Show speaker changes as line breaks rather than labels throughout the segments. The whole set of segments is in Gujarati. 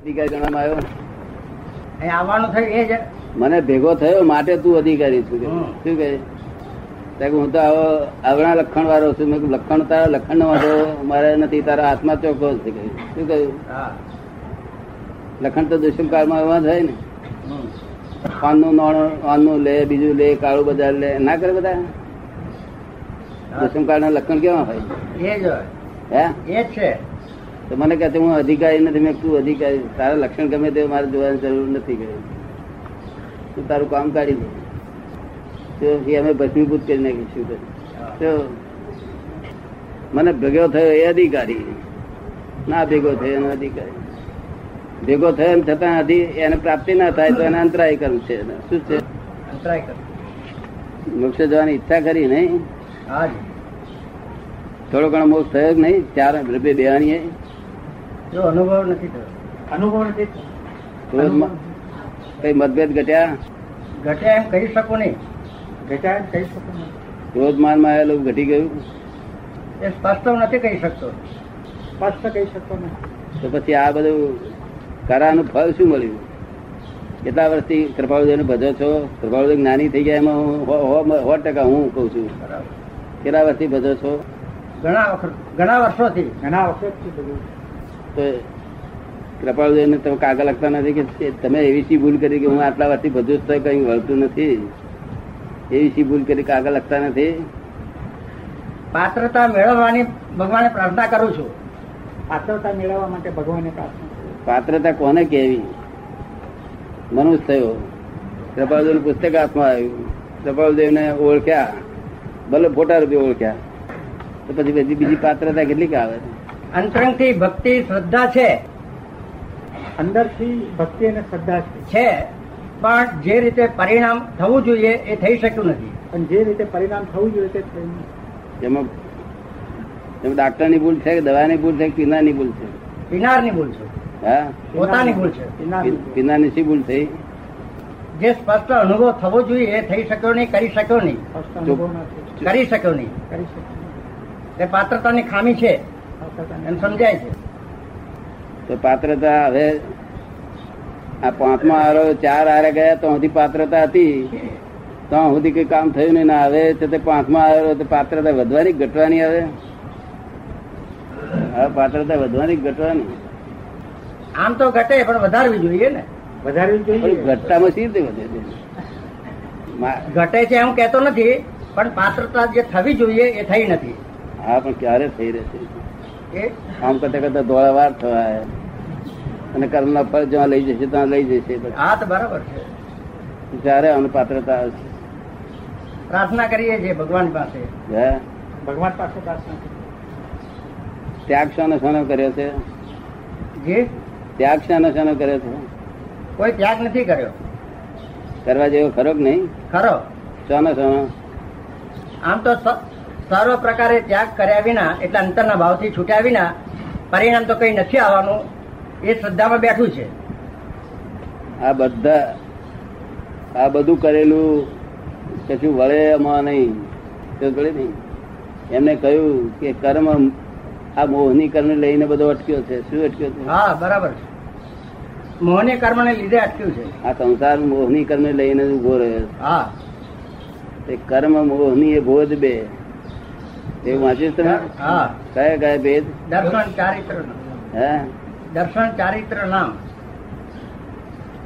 અધિકારી ગણવામાં આવ્યો
અહીં આવવાનું થયું એ જ
મને ભેગો થયો માટે તું અધિકારી છું કે.
હમ.
શું કહે ત્યાં કે હું તો આવો આવણા લખણ વાળો છું મેં કીધું, લખણ તારા લખણ નો વાંધો મારે નથી તારા હાથમાં ચોખ્ખો છે કે. શું કહ્યું
હા
લખણ તો દુષ્મ કાળમાં એવા થાય ને
હમ.
પાનનું નોણ પાનનું લે બીજું લે કાળું બજાર લે ના કરે બધા
હા.
દુષ્મ કાળના લખણ કેવા હોય
એ જ હોય.
હે
એ જ છે
તો મને કહે છે, હું અધિકારી નથી મેં કીધું, તું અધિકારી છે. તારા લક્ષણ ગમે તે મારે જોવાની જરૂર નથી કહ્યું. તું તારું કામ કાઢી લે તો એ અમે ભસ્મીભૂત કરી નાખીશું બધું.
હા.
તો મને ભેગો થયો એ અધિકારી ના ભેગો થયો એનો અધિકારી ભેગો થયો એમ છતાં હજી એને પ્રાપ્તિ ના થાય તો એને અંતરાય કર્મ છે શું છે
ટ્રાય કર
મોક્ષે જવાની ઈચ્છા કરી નહીં
હા જી.
થોડો ઘણો મોક્ષ થયો કે નહીં ચાર રૂપે બેહાણીએ
જો અનુભવ નથી થયો અનુભવ નથી થયો.
ક્રોધમાં કઈ મતભેદ ઘટ્યા
ઘટ્યા એમ કહી શકું નહીં ઘટ્યા એમ કહી શકું નહીં
ક્રોધ માનમાં આવેલું ઘટી ગયું
એ સ્પષ્ટ હું નથી કહી શકતો સ્પષ્ટ કહી શકતો નહીં
તો પછી આ બધું કરાનું ફળ શું મળ્યું કેટલા વર્ષથી કૃપાળુદેવને ભજો છો કૃપાળુદેવ જ્ઞાની થઈ ગયા એમાં હું સો- સો- સો ટકા હું કહું છું
બરાબર
કેટલા વર્ષથી ભજો છો
ઘણા વખત ઘણા વર્ષોથી ઘણા વખતથી બધું
તો કૃપાળુદેવને તમે કાગળ લખતા નથી કે તે- તમે એવી સી ભૂલ કરી કે હું આટલા વર્ષથી ભજો છું કંઈ વળતું નથી એવી સી ભૂલ કરી કાગળ લખતા નથી
પાત્રતા મેળવવાની ભગવાને પ્રાર્થના કરું છું પાત્રતા મેળવવા માટે ભગવાને પ્રાર્થના
પાત્રતા કોને કહેવી મનુષ્ય થયો કૃપાળુદેવનું પુસ્તક હાથમાં આવ્યું કૃપાળુદેવને ઓળખ્યા ભલે ફોટા રૂપે ઓળખ્યા તો પછી પછી બીજી પાત્રતા કેટલીક આવે
અંતરંગથી ભક્તિ શ્રદ્ધા છે અંદરથી ભક્તિ અને શ્રદ્ધા છે પણ જે રીતે પરિણામ થવું જોઈએ એ થઈ શક્યું નથી પણ જે રીતે પરિણામ થવું જોઈએ તે
એમાં એમાં ડાક્ટરની ભૂલ છે કે દવાની ભૂલ છે કે પીનારની ભૂલ છે
પીનારની ભૂલ છે
હા
પોતાની ભૂલ છે
પી- પીનારની શી ભૂલ થઈ
જે સ્પષ્ટ અનુભવ થવો જોઈએ એ થઈ શક્યો નહીં કરી શક્યો નહીં
અનુભવ
કરી શક્યો નહીં એ પાત્રતાની ખામી છે એમ સમજાય છે
તો પાત્રતા હવે આ પાંચમા આરો ચાર આરે ગયા તો હજી પાત્રતા હતી તો સુધી કઈ કામ થયું નહીં ને હવે છે તે પાંચમા આરો તો પાત્રતા વધવાની કે ઘટવાની હવે હવે પાત્રતા વધવાની કે ઘટવાની
આમ તો ઘટે પણ વધારવી જોઈએ ને વધારવી
પણ ઘટતામાં સી રીતે વધે છે મા-
ઘટે છે એમ કહેતો નથી પણ પાત્રતા જે થવી જોઈએ એ થઈ નથી
હા પણ ક્યારે થઈ રહેશે
એ
આમ કરતા કરતા ધોળાવાર થવાય અને કર્મના ફળ જ્યાં લઈ જશે ત્યાં લઈ જશે
આ તો બરાબર છે
જ્યારે અનુ પાત્રતા આવશે
પ્રાર્થના કરીએ છીએ ભગવાન પાસે
હે?
ભગવાન પાસે પ્રાર્થના
ત્યાગ શાનો શાનો કર્યો છે
જે
ત્યાગ શાનો શાનો કર્યો છે
કોઈ ત્યાગ નથી કર્યો
કરવા જેવો ખરો કે નહીં
ખરો
શાનો શાનો
આમ તો સ- સર્વ પ્રકારે ત્યાગ કર્યા વિના એટલે અંતરના ભાવથી છૂટ્યા વિના પરિણામ તો કઈ નથી આવવાનું એ શ્રદ્ધામાં બેઠું છે
આ બધા આ બધું કરેલું કશું વળે એમાં નહીં તો વળે નહીં એમને કહ્યું કે કર્મ આ મોહની કર્મ લઈને બધો અટક્યો છે શું અટક્યો છે
હા બરાબર છે મોહને કર્મને લીધે અટક્યું છે
આ સંસાર મોહની કર્મ લઈને જ ઉભો રહ્યો છે
હા
તે કર્મ મોહની એ ભોજ બે એવું વાંચ્યું છે તમે
હા
કયા કયા ભેદ
દર્શન ચારિત્ર
હે
દર્શન ચારિત્ર નામ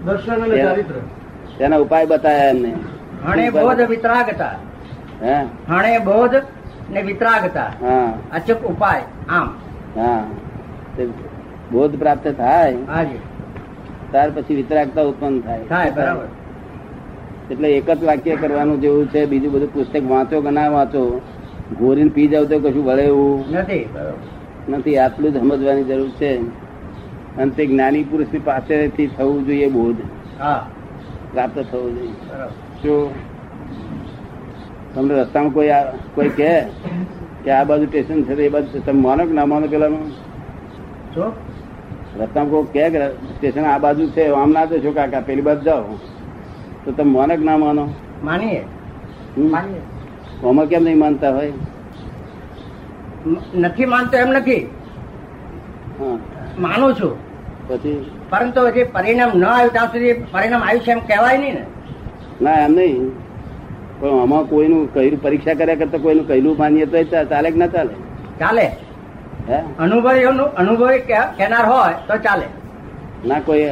દર્શન
અને ચારિત્ર. તેના ઉપાય બતાયા એમને
હણે બોધ વિતરાગતા
હે
હણે બોધ ને વિતરાગતા
હા
અચૂક ઉપાય આમ
હા તે બોધ પ્રાપ્ત થાય
હાજી
ત્યાર પછી વિતરાગતા ઉત્પન્ન થાય
થાય બરાબર
એટલે એક જ વાક્ય કરવાનું જેવું છે બીજું બધું પુસ્તક વાંચો કે ના વાંચો ગોરીને પી જાવ તો કશું વળે એવું
નથી બરાબર
નથી આટલું જ સમજવાની જરૂર છે અને તે જ્ઞાની પુરુષની પાસેથી થવું જોઈએ બોધ
હા
પ્રાપ્ત થવું જોઈએ
બરાબર
જો તમને રસ્તામાં કોઈ આ- કોઈ કહે કે આ બાજુ સ્ટેશન છે તો એ બાજુ તમે માનો કે ના માનો પેલાનું
શું
રસ્તામાં કોઈ કહે કે સ્ટેશન આ બાજુ છે આમ ના જશો કાકા પેલી બાજુ જાઓ તો તમે માનો કે ના માનો
માનીએ
હમ?
માનીએ
આમાં કેમ નહીં માનતા હોય
નથી માનતો એમ નથી
હા
માનું છું
પછી
પરંતુ જે પરિણામ ન આવ્યું ત્યાં સુધી પરિણામ આવ્યું છે એમ કહેવાય નહીં ને
ના એમ નહીં પણ આમાં કોઈનું કહ્યું પરીક્ષા કર્યા કરતા કોઈનું કહેલું માનીએ તો ચાલે કે ના ચાલે
ચાલે
હે
અનુભવી અનુભવી કે- કહેનાર હોય તો ચાલે
ના કોઈ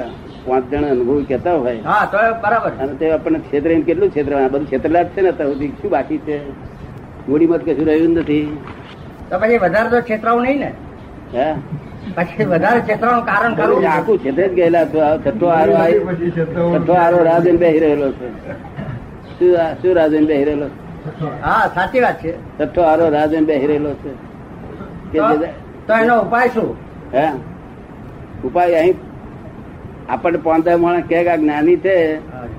પાંચ જણા અનુભવી કહેતા હોય
હા તો બરાબર
અને તે આપણને છેતરીને કેટલું છેતરવા આ બધું છેતરેલા જ છે ને અત્યાર સુધી શું બાકી છે મૂડી મત કશું રહ્યું જ નથી
તો પછી વધારે તો છેતરાવું નહીં ને
હે
પછી વધારે છેતરાવાનું કારણ
બધું
ખરું
આખું છેતરે જ ગયેલા છો. આ છઠ્ઠો આરો આવી છઠ્ઠો આરો રાજન બેહી રહેલો છે શું આ- શું રાજન બેહી રહેલો છે?
હા સાચી વાત છે
છઠ્ઠો આરો રાજન બેહી રહેલો છે કે
તો
જે-
તો એનો ઉપાય શું
હે ઉપાય અહીં આપણને પાંદા માણસ કે આ જ્ઞાની છે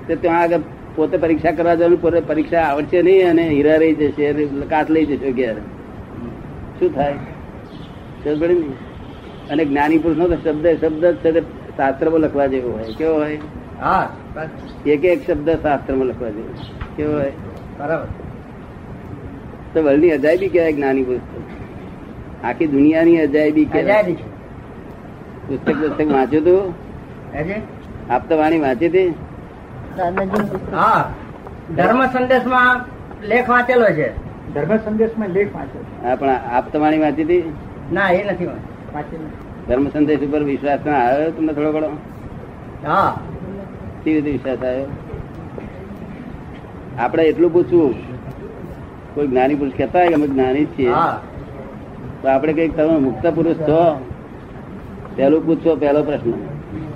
તે ત્યાં આગળ પોતે પરીક્ષા કરવા જવાનું પોતે પરીક્ષા આવડશે નહીં અને હીરા રહી જશે અને કાચ લઈ જશે ઘેર શું થાય સમજ પડી ને? અને જ્ઞાની પુરુષનો તો શબ્દ શબ્દ જ છે તે શાસ્ત્રમાં લખવા જેવો હોય કેવો હોય
હા બસ,
એક એક શબ્દ શાસ્ત્રમાં લખવા જેવો કેવો હોય
બરાબર
તો વલની અજાયબી કહેવાય જ્ઞાની પુરુષ તો. આખી દુનિયાની અજાયબી કહેવાય
અજાયબી છે
પુસ્તક પુસ્તક વાંચ્યું તું
હેજી?
આપતાવાણી વાંચી હતી
હા ધર્મ સંદેશમાં લેખ વાંચેલો છે
ધર્મ સંદેશમાં લેખ વાંચ્યો છે.
હા પણ આપતાવાણી વાંચી હતી
ના એ નથી વાંચ્યો.
વાંચીને
ધર્મ સંદેશ ઉપર વિશ્વાસ ના આવ્યો તમને થોડો ઘણો
હા
કેવી રીતે વિશ્વાસ આવ્યો આપણે એટલું પૂછવું કોઈ જ્ઞાની પુરુષ કહેતા હોય કે અમે જ્ઞાની જ છીએ
હા
તો આપણે કઈક તમે મુક્ત પુરુષ છો પહેલું પૂછો પહેલો પ્રશ્ન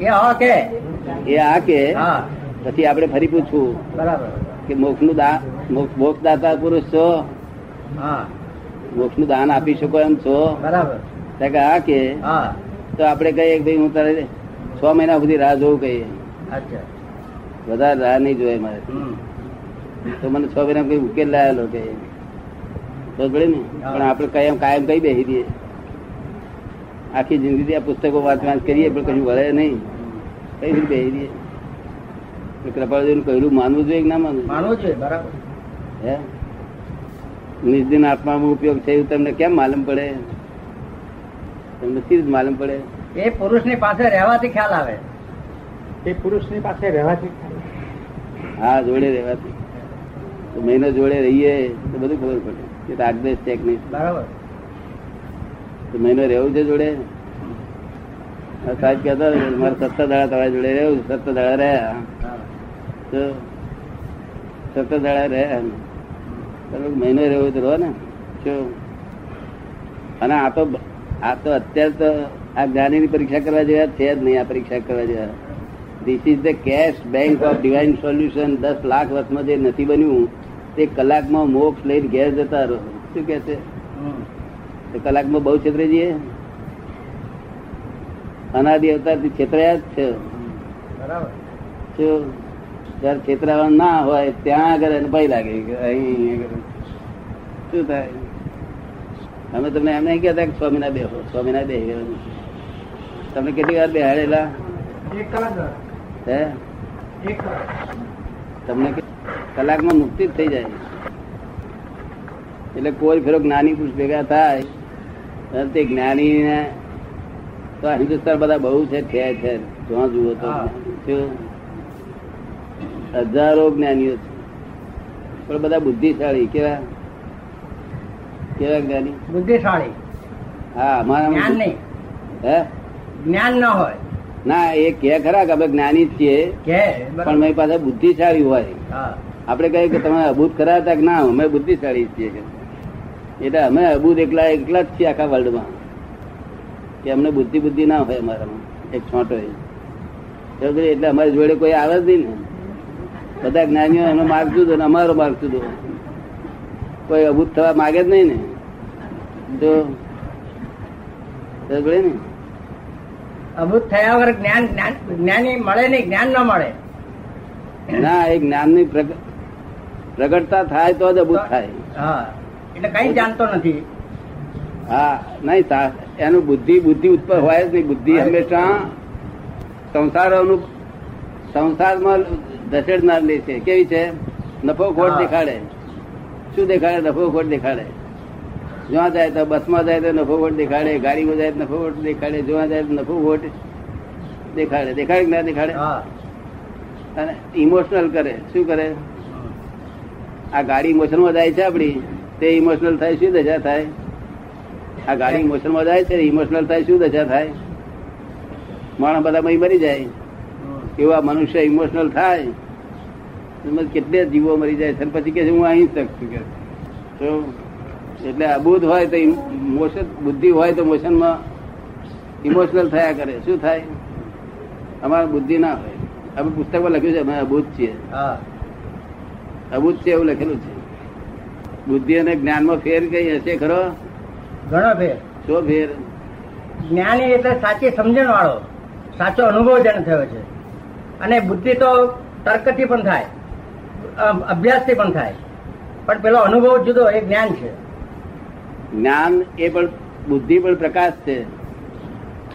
એ હા કે
એ આ કે
હા
પછી આપણે ફરી પૂછવું
બરાબર
કે મોક્ષનું દા મોક્ષ મોક્ષદાતા પુરુષ છો
હા
મોક્ષનું દાન આપી શકો એમ છો
બરાબર
તો કે આ કે
હા
તો આપણે કહીએ કે ભાઈ હું તારે છ મહિના સુધી રાહ જોઉં કહીએ
અચ્છા
વધારે રાહ નહીં જોઈ મારે
હમ.
તો મને છ મહિના કઈ ઉકેલ લાયેલો કે ખબર પડી ને પણ આપણે કાયમ કાયમ કઈ બેસી દઈએ આખી જિંદગી આ પુસ્તકો વાંચ વાંચ કરીએ પણ કશું વળે નહીં કઈ રીતે બેસી દઈએ તો કૃપાળુજીનું કહેલું માનવું જોઈએ કે ના માનવું જોઈએ?
માનવું જોઈએ બરાબર
હે નિસ્દિન આત્મામાં ઉપયોગ થયું તમને કેમ માલુમ પડે તમને શી રીતે માલુમ પડે
એ પુરુષની પાસે રહેવાથી ખ્યાલ આવે
એ પુરુષની પાસે રહેવાથી
હા જોડે રહેવાથી તો મહિનો જોડે રહીએ તો બધું ખબર પડે કે રાગદેશ છે કે નહીં
બરાબર
તો મહિનો રહેવું છે જોડે આ સાહેબ કહેતા હતા કે મારે સત્તર દાડા તમારી જોડે રહેવું છે. સત્તર દાડા રહ્યા
હા.
તો સત્તર દાડા રહ્યા તમે મહિનો રહેવું હોય તો રહો ને જો અને આ તો આ તો અત્યારે તો આ જ્ઞાનીની પરીક્ષા કરવા જેવા છે જ નહીં આ પરીક્ષા કરવા જેવા this is the cash bank of divine solution દસ લાખ વર્ષમાં જે નથી બન્યું તે કલાકમાં મોક્ષ લઈને ઘેર જતા રહો શું કહે છે
હમ.
તો કલાકમાં બહુ છેતરી જઈએ અનાદિ અવતારથી છેતરાયા જ છે
બરાબર
જો જ્યારે છેતરાવાનું ના હોય ત્યાં આગળ એને ભય લાગે કે અહીં આગળ. શું થાય અમે તમને એમ નહીં કહેતા કે છ મહિના બેહો છ મહિના બેહી રહેવાનું તમે કેટલી વાર બેહાડેલા
એક કલાક
હે
એક કલાક
તમને કે- કલાકમાં મુક્તિ જ થઈ જાય એટલે કોઈ ફેરો જ્ઞાની પુરુષ ભેગા થાય અને તે જ્ઞાનીને તો આ હિન્દુસ્તાન બધા બહુ છે છે છે જ્યાં જુઓ તો
હા.
શું? હજારો જ્ઞાનીઓ છે પણ બધા બુદ્ધિશાળી કેવા કેવા જ્ઞાની
બુદ્ધિશાળી
હા
જ્ઞાન
અમારા
નહીં
હે
જ્ઞાન ન હોય
ના એ કે ખરા કે આપણે જ્ઞાની જ છીએ
કે
પણ મારી પાસે બુદ્ધિશાળી હોય
હા
આપણે કહીએ કે તમે અભૂત ખરા હતા કે ના અમે બુદ્ધિશાળી છીએ કે એટલે અમે અભૂત એકલા એકલા જ છીએ આખા વર્લ્ડમાં કે અમને બુદ્ધિ બુદ્ધિ ના હોય અમારામાં એક છોટો એટલે અમારી જોડે કોઈ આવે જ નહીં ને બધા જ્ઞાનીઓ એમનો માર્ગ જુદો ને અમારો માર્ગ જુદો કોઈ અભૂત થવા માગે જ નહીં ને તો સમજે ને
અભૂત થયા વગર જ્ઞાન જ્ઞાન જ્ઞાની મળે નહીં જ્ઞાન ન મળે
ના એ જ્ઞાનની પ્રગ- પ્રગટતા થાય તો જ અભૂત થાય
હા એટલે કઈ જાણતો નથી
હા નહીં સા- એનું બુદ્ધિ બુદ્ધિ ઉત્પન્ન હોય જ નહીં બુદ્ધિ હંમેશા સંસારોનું સંસારમાં ધસેડનાર લે છે કેવી છે નફો ખોટ
હા.
દેખાડે શું દેખાડે નફો ખોટ દેખાડે જોવા જાય તો બસમાં જાય તો નફો ખોટ દેખાડે ગાડીમાં જાય તો નફો ખોટ દેખાડે જોવા જાય તો નફો ખોટ દેખાડે દેખાડે કે ના દેખાડે
હા
અને ઇમોશનલ કરે શું કરે આ ગાડી ઇમોશનમાં જાય છે આપડી તે ઇમોશનલ થાય શું દશા થાય આ ગાડી ઇમોશનમાં જાય છે ઇમોશનલ થાય શું દશા થાય માણસ બધા મહી મરી જાય
હમ.
એવા મનુષ્ય ઇમોશનલ થાય એમાં કેટલે જીવો મરી જાય છે અને પછી કે છે, હું અહીં તક છું કે છે. તો એટલે અબૂધ હોય તો મોશન બુદ્ધિ હોય તો મોશનમાં ઇમોશનલ થયા કરે શું થાય અમારે બુદ્ધિ ના હોય અમે પુસ્તકમાં લખ્યું છે અમે અબૂધ છીએ
હા
અબૂધ છે એવું લખેલું છે બુદ્ધિ અને જ્ઞાનમાં ફેર કઈ હશે ખરો
ઘણો ફેર
શો ફેર
જ્ઞાની એટલે સાચી સમજણ વાળો સાચો અનુભવ જેને થયો છે અને બુદ્ધિ તો તર્કથી પણ થાય અમ, અભ્યાસથી પણ થાય પણ પેલો અનુભવ જુદો એ જ્ઞાન છે
જ્ઞાન એ પણ બુદ્ધિ પણ પ્રકાશ છે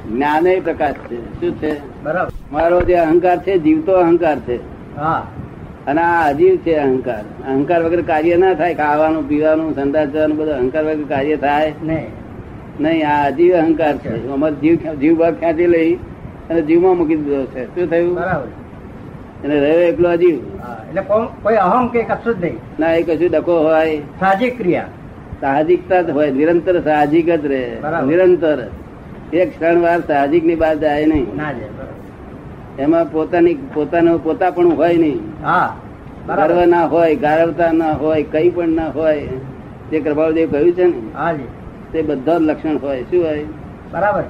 જ્ઞાન એ પ્રકાશ છે શું છે
બરાબર
મારો જે અહંકાર છે જીવતો અહંકાર છે
હા
અને આ અજીવ છે અહંકાર અહંકાર વગર કાર્ય ના થાય ખાવાનું પીવાનું સંદાસ જવાનું બધું અહંકાર વગર કાર્ય થાય
નહીં
નહીં આ અજીવ અહંકાર છે અમારો જીવ ખ્યા- જીવ ભાગ ખેંચી લઈ અને જીવમાં મૂકી દીધો છે શું થયું
બરાબર
અને રહ્યો એકલો અજીવ
હા એટલે કો- કોઈ અહમ કે કશું જ નહીં
ના એ કશું ડકો હોય
સાહજિક ક્રિયા
સાહજિકતા જ હોય નિરંતર સાહજિક જ રહે
બરાબર.
નિરંતર એક ક્ષણ વાર સાહજિક ની બહાર જાય નહીં
ના જાય બરાબર.
એમાં પોતાની પોતાનું પોતા પણ હોય નહીં
હા
ગર્વ
બરાબર
ના હોય ગારવતા ના હોય કઈ પણ ના હોય જે કૃપાળદેવ કહ્યું છે ને
હા જી
તે બધા જ લક્ષણ હોય શું હોય
બરાબર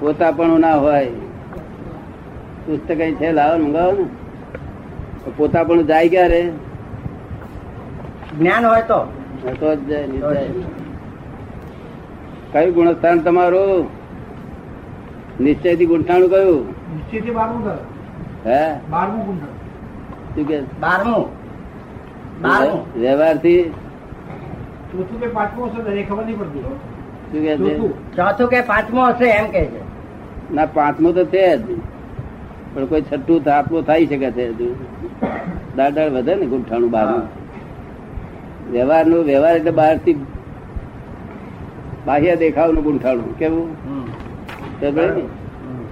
પોતાપણું ના હોય પુસ્તક અહીં છે લાવો ને મંગાવો ને પોતાપણું જાય ક્યારે
જ્ઞાન હોય તો
તો જ જાય, નહીં જાય. કયું ગુણસ્થાન તમારું નિશ્ચયથી ગુંઠાણું કયું
નિશ્ચિત બારમું ઘર
હે
બારમું ગુંઠણ
શું કે
બારમું બારમું
વ્યવહારથી
ચોથું કે પાંચમું હશે દરેક ખબર નહીં પડતી
શું કે છે
ચોથું
ચોથું કે પાંચમું હશે એમ કે છે
ના પાંચમું તો છે જ પણ કોઈ છઠ્ઠું સાતમું થઈ શકે છે હજુ દાડાળ વધે ને ગુંઠાણું બારનું વ્યવહારનું વ્યવહાર એટલે બહારથી બાહ્ય દેખાવનું ગુંઠાણું કેવું
હમ.
સમજાય ને?
હમ.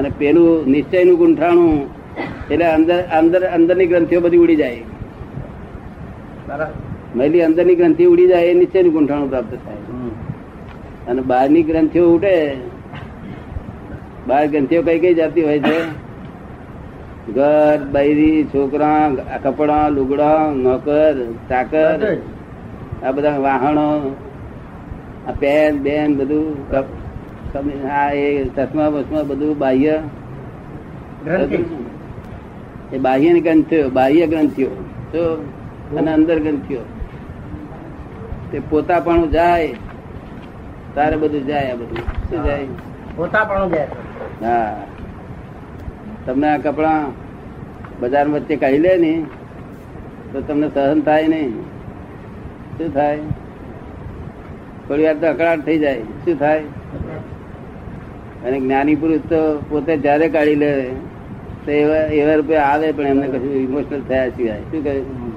અને પેલું નિશ્ચયનું ગુંઠાણું એટલે અંદર અંદર અંદરની ગ્રંથિઓ બધી ઉડી જાય
બરાબર
મહિલી અંદરની ગ્રંથિ ઉડી જાય એ નિશ્ચયનું ગુંઠાણું પ્રાપ્ત થાય
હમ.
અને બહારની ગ્રંથિઓ ઉઠે બહાર ગ્રંથિઓ કઈ કઈ જાતી હોય છે ઘર બૈરી છોકરા કપડા લુગડા નોકર ચાકર
બધું
આ બધા વાહનો આ પેન બેન બધું કપ- કપ- આ એ ચશ્મા બસમા બધું બાહ્ય
જ. ગ્રંથિ
એ બાહ્ય ગ્રંથિઓ બાહ્ય ગ્રંથિઓ તો અને અંદર ગ્રંથિઓ તે પોતાપણું જાય તારે બધું જાય આ બધું શું જાય
પોતા પણ જાય છે.
હા તમને આ કપડા બજાર વચ્ચે કાઢી લે ને તો તમને સહન થાય નહીં શું થાય થોડી વાર તો અકળાટ થઈ જાય શું થાય અને જ્ઞાની પુરુષ તો પોતે જ્યારે કાઢી લે તો એવા એવા રૂપિયા આવે પણ એમને કશું ઇમોશનલ થયા સિવાય શું કહ્યું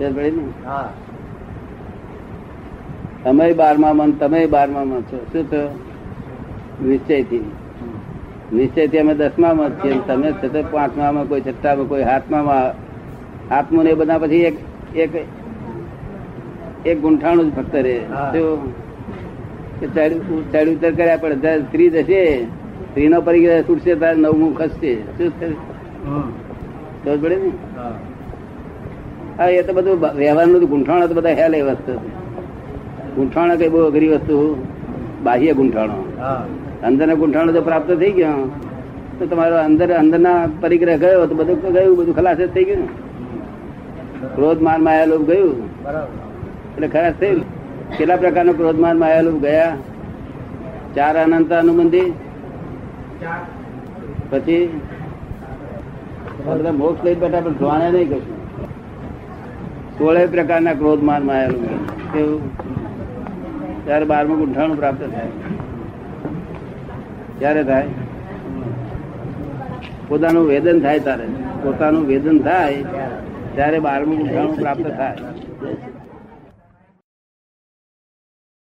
ખબર પડી ને
હા
તમે બારમા મન તમે બારમા મન છો શું થયો નિશ્ચયથી નિશ્ચયથી અમે દસમા માં છીએ અને તમે છતાં પાંચમા માં કોઈ છઠ્ઠા માં કોઈ હાથમા માં હાથમું ને એ બધા પછી એક એક એક ગુંઠાણું જ ફક્ત રહે
હા.
શું? કે ચડ ચડ ઉતર કર્યા પણ જ્યારે સ્ત્રી જશે સ્ત્રીનો પરિગ્રહ છૂટશે ત્યારે નવમું ખસશે શું થયું
હમ.
ખબર પડે ને
હા.
હા એ તો બધું બ- વ્યવહારનું તો ગૂંઠાણો તો બધા હેલ એ વસ્તુ ગૂંઠાણો કઈ બહુ અઘરી વસ્તુ બાહ્ય ગૂંઠાણો
હા.
અંદરના ગુંઠાણો તો પ્રાપ્ત થઈ ગયો તો તમારો અંદર અંદરના પરિગ્રહ ગયો તો બધું ગયું બધું ખલાસ જ થઈ ગયું ને ક્રોધ માન માયા લોભ ગયું
બરાબર
એટલે ખલાસ થયું કેટલા પ્રકારનો ક્રોધ માન માયા લોભ ગયા ચાર અનંત અનુબંધી
ચાર
પછી આ બધા મોક્ષ લઈ બેઠા પણ જોવાને નહીં કશું સોળે પ્રકારના ક્રોધ માન માયા લોભ ગયા. કેવું ત્યારે બારમું ગુંઠાણું પ્રાપ્ત થાય ક્યારે થાય પોતાનું વેદન થાય તારે પોતાનું વેદન થાય ત્યારે બારમું ગુંઠાણું પ્રાપ્ત થાય